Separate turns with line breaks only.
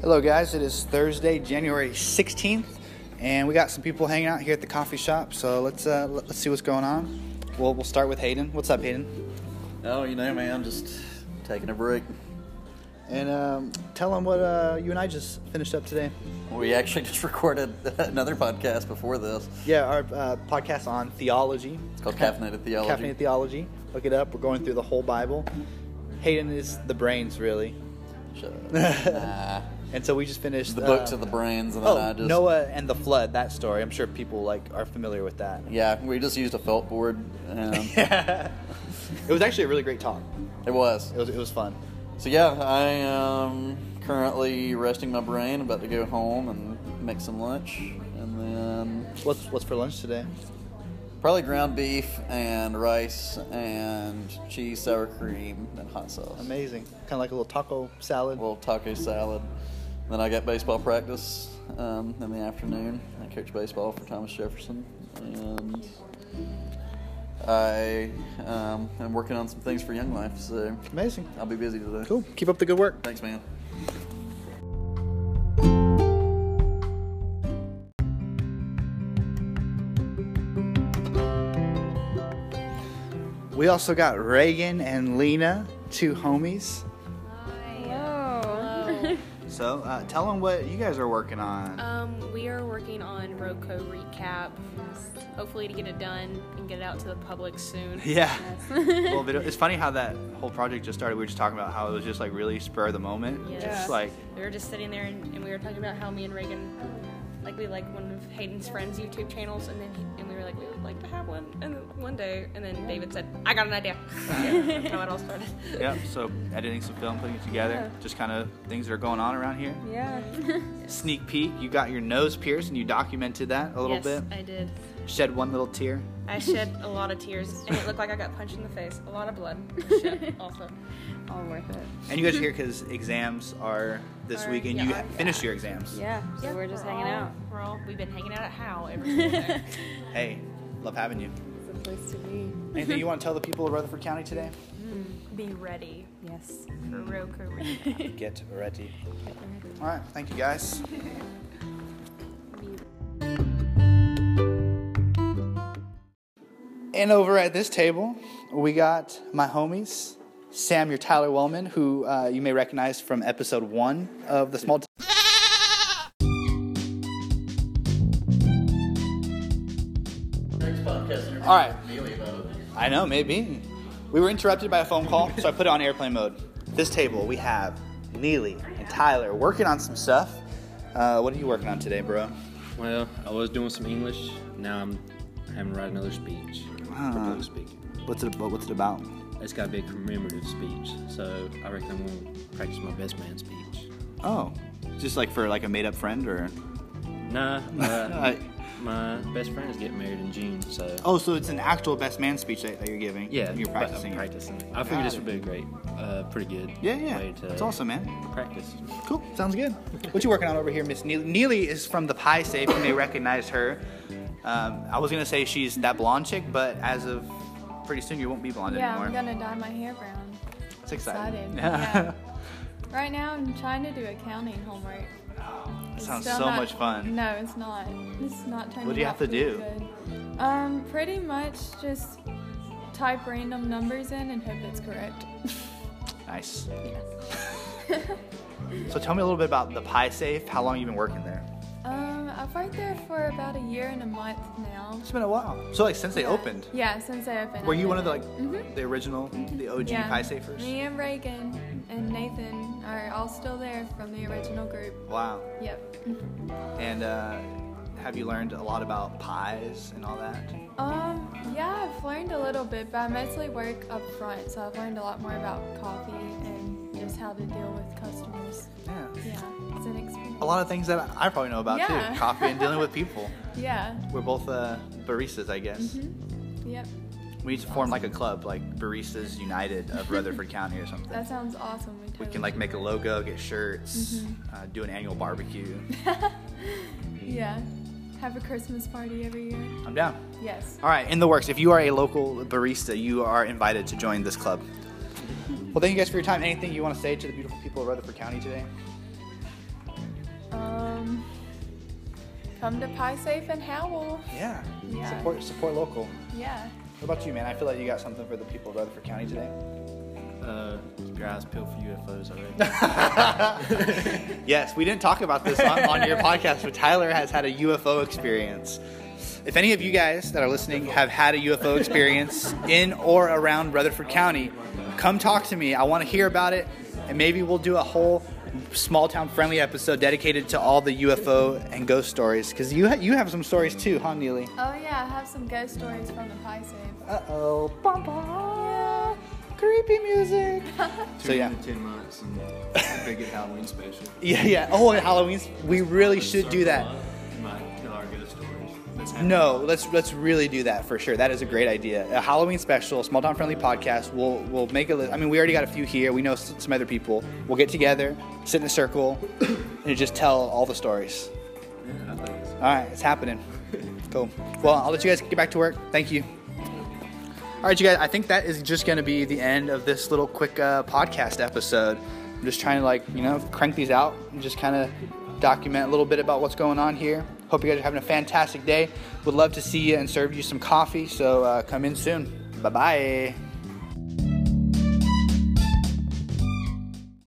Hello, guys. It is Thursday, January 16th, and we got some people hanging out here at the coffee shop. So let's uh, let- let's see what's going on. We'll we'll start with Hayden. What's up, Hayden?
Oh, you know, man, just taking a break.
And um, tell them what uh, you and I just finished up today.
We actually just recorded another podcast before this.
Yeah, our uh, podcast on theology,
It's called Caffeinated Theology.
caffeinated theology. Look it up. We're going through the whole Bible. Hayden is the brains, really.
Shut up. nah.
And so we just finished
The books
uh,
of the brains, and then I
Oh,
just
Noah and the flood. That story. I'm sure people like are familiar with that.
yeah, we just used a felt board. Um,
It was actually a really great talk.
it was.
It was it was fun.
So yeah, I am currently resting my brain, about to go home and make some lunch, and then
What's what's for lunch today?
probably ground beef and rice and cheese, sour cream, and hot sauce.
Amazing. Kind of like a little taco salad.
a little taco salad. Then I got baseball practice um, in the afternoon. I coach baseball for Thomas Jefferson, and I um, am working on some things for Young Life. So
Amazing.
I'll be busy today.
Cool. Keep up the good work.
Thanks, man.
We also got Reagan and Lena, two homies.
Hello.
So uh, tell them what you guys are working on.
um, we are working on Roco recap. Hopefully to get it done and get it out to the public soon.
yeah. well, video. It's funny how that whole project just started. We were just talking about how it was just like really spur of the moment.
Yes.
Just like
we were just sitting there and, and we were talking about how me and Reagan, like we like one of Hayden's friends' YouTube channels, and then he, and we were like we would like to have one and then one day, and then David said I got an idea. Yeah, that's how it all started.
yeah. So editing some film, putting it together,
Yeah.
just kind of things that are going on around here.
Yeah.
Sneak peek. You got your nose pierced and you documented that a little
yes,
bit.
I did.
Shed one little tear.
I shed a lot of tears, and it looked like I got punched in the face. A lot of blood. shed also.
All worth it.
And you guys are here because exams are this
Mm-hmm. Are-
week, and
yeah,
you
are-
finished your exams.
Yeah. So we're just hanging
all-
out.
We're all we've been hanging out at How every single day.
Hey, love having you.
It's a place to be.
Mm-hmm.
Anything you want to tell the people of Rutherford County today?
Be ready
Yes.
for Roku Arena.
Get ready. All right, thank you guys. And over at this table, we got my homies, Sam, your Tyler Wellman, who uh, you may recognize from episode one of the Small. T-
Next podcast interview.
All right.
Neely about it.
I know, maybe. We were interrupted by a phone call, so I put it on airplane mode. This table, we have Neely and Tyler working on some stuff. Uh, what are you working on today, bro?
Well, I was doing some English. Now I'm having to write another speech for
Ah.
public speaking.
What's it? What's it about?
It's got to be a commemorative speech, so I reckon I'm going to practice my best man speech.
Oh, just like for like a made-up friend, or
Nah, uh,
I-
my best friend is getting married in June, so
oh, so it's an actual best man speech that, that you're giving.
yeah,
you're
but I'm
practicing. it.
practicing. I figured this would be a great, uh, pretty good.
Yeah, yeah,
way to
that's awesome, man.
Practice.
Cool, sounds good. What you working on over here, Miss Neely? Neely is from the Pie Safe. You may recognize her. Um, I was gonna say she's that blonde chick, but as of pretty soon, you won't be blonde
Yeah,
anymore.
I'm gonna dye my hair brown.
It's exciting.
excited. Yeah. Right now, I'm trying to do accounting homework.
That
It's
sounds
still
so
not-
much fun.
No, it's not. It's not turning.
What do you
out
have to
pretty
do?
good. Um, pretty much just type random numbers in and hope it's correct.
Nice. so tell me a little bit about the Pie Safe. How long you been working there?
Um, I've worked there for about a year and a month now.
It's been a while. So like since they
Yeah.
opened,
Yeah, since I opened.
were
I've
you
been
one of the like
there. Mhm.
the original, the OG
Yeah.
Pie Safers?
Me and Reagan and Nathan are all still there from the original group.
Wow.
Yep.
And uh, have you learned a lot about pies and all that?
Um, yeah, I've learned a little bit, but I mostly work up front, so I've learned a lot more about coffee and just how to deal with customers.
Yeah.
Yeah, it's an experience.
A lot of things that I probably know about
Yeah.
too: coffee and dealing with people.
Yeah.
We're both uh, baristas, I guess.
Mm-hmm. Yep.
We need to form like a club, like Baristas United of Rutherford County or something.
That sounds awesome. We,
we
totally
can like
should
make a
do
logo, get shirts, uh, do an annual barbecue.
that. Yeah. Have a Christmas party every year.
I'm down.
Yes.
All right, in the works. If you are a local barista, you are invited to join this club. Well, thank you guys for your time. Anything you want to say to the beautiful people of Rutherford County today?
Um, come to Pie Safe and Howell.
Yeah.
Yeah.
Support support local.
Yeah.
What about you, man? I feel like you got something for the people of Rutherford County today.
Uh, keep your eyes peeled for UFOs, I reckon.
Yes, we didn't talk about this on, on your podcast, but Tyler has had a UFO experience. If any of you guys that are listening have had a UFO experience in or around Rutherford County, come talk to me. I want to hear about it, and maybe we'll do a whole small town friendly episode dedicated to all the UFO and ghost stories. Because you ha- you have some stories too, huh, Neely?
Oh yeah, I have some ghost stories from the Pie Safe.
Uh oh, bum bum, creepy music. so yeah.
ten months and a big Halloween special.
Yeah, yeah. Oh, and Halloween's. We really should do that.
Might tell our ghost stories. That's
No, let's let's really do that for sure. That is a great idea. A Halloween special, small town friendly podcast. We'll we'll make a list. I mean, we already got a few here. We know s- some other people. We'll get together, sit in a circle, and just tell all the stories.
happened. I think it's
All right, it's happening. Cool. Well, I'll let you guys get back to work. Thank you. All right, you guys. I think that is just going to be the end of this little quick uh, podcast episode. I'm just trying to like you know crank these out and just kind of document a little bit about what's going on here. Hope you guys are having a fantastic day. Would love to see you and serve you some coffee. So uh, come in soon. Bye bye.